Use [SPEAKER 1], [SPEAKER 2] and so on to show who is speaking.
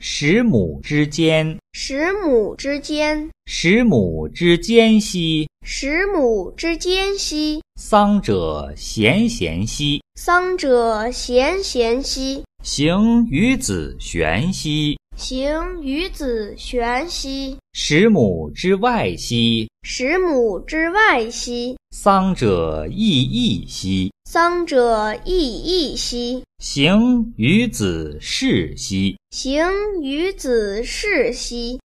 [SPEAKER 1] 十亩之间，
[SPEAKER 2] 十亩之间，
[SPEAKER 1] 十亩之间兮，
[SPEAKER 2] 十亩之间兮，
[SPEAKER 1] 丧者咸咸兮，
[SPEAKER 2] 丧者咸咸兮，
[SPEAKER 1] 行于子玄兮。
[SPEAKER 2] 行于子玄兮。
[SPEAKER 1] 十亩之外兮，
[SPEAKER 2] 十亩之外兮，
[SPEAKER 1] 丧者亦异兮，
[SPEAKER 2] 丧者亦异兮。
[SPEAKER 1] 行于子是兮。
[SPEAKER 2] 行于子是兮，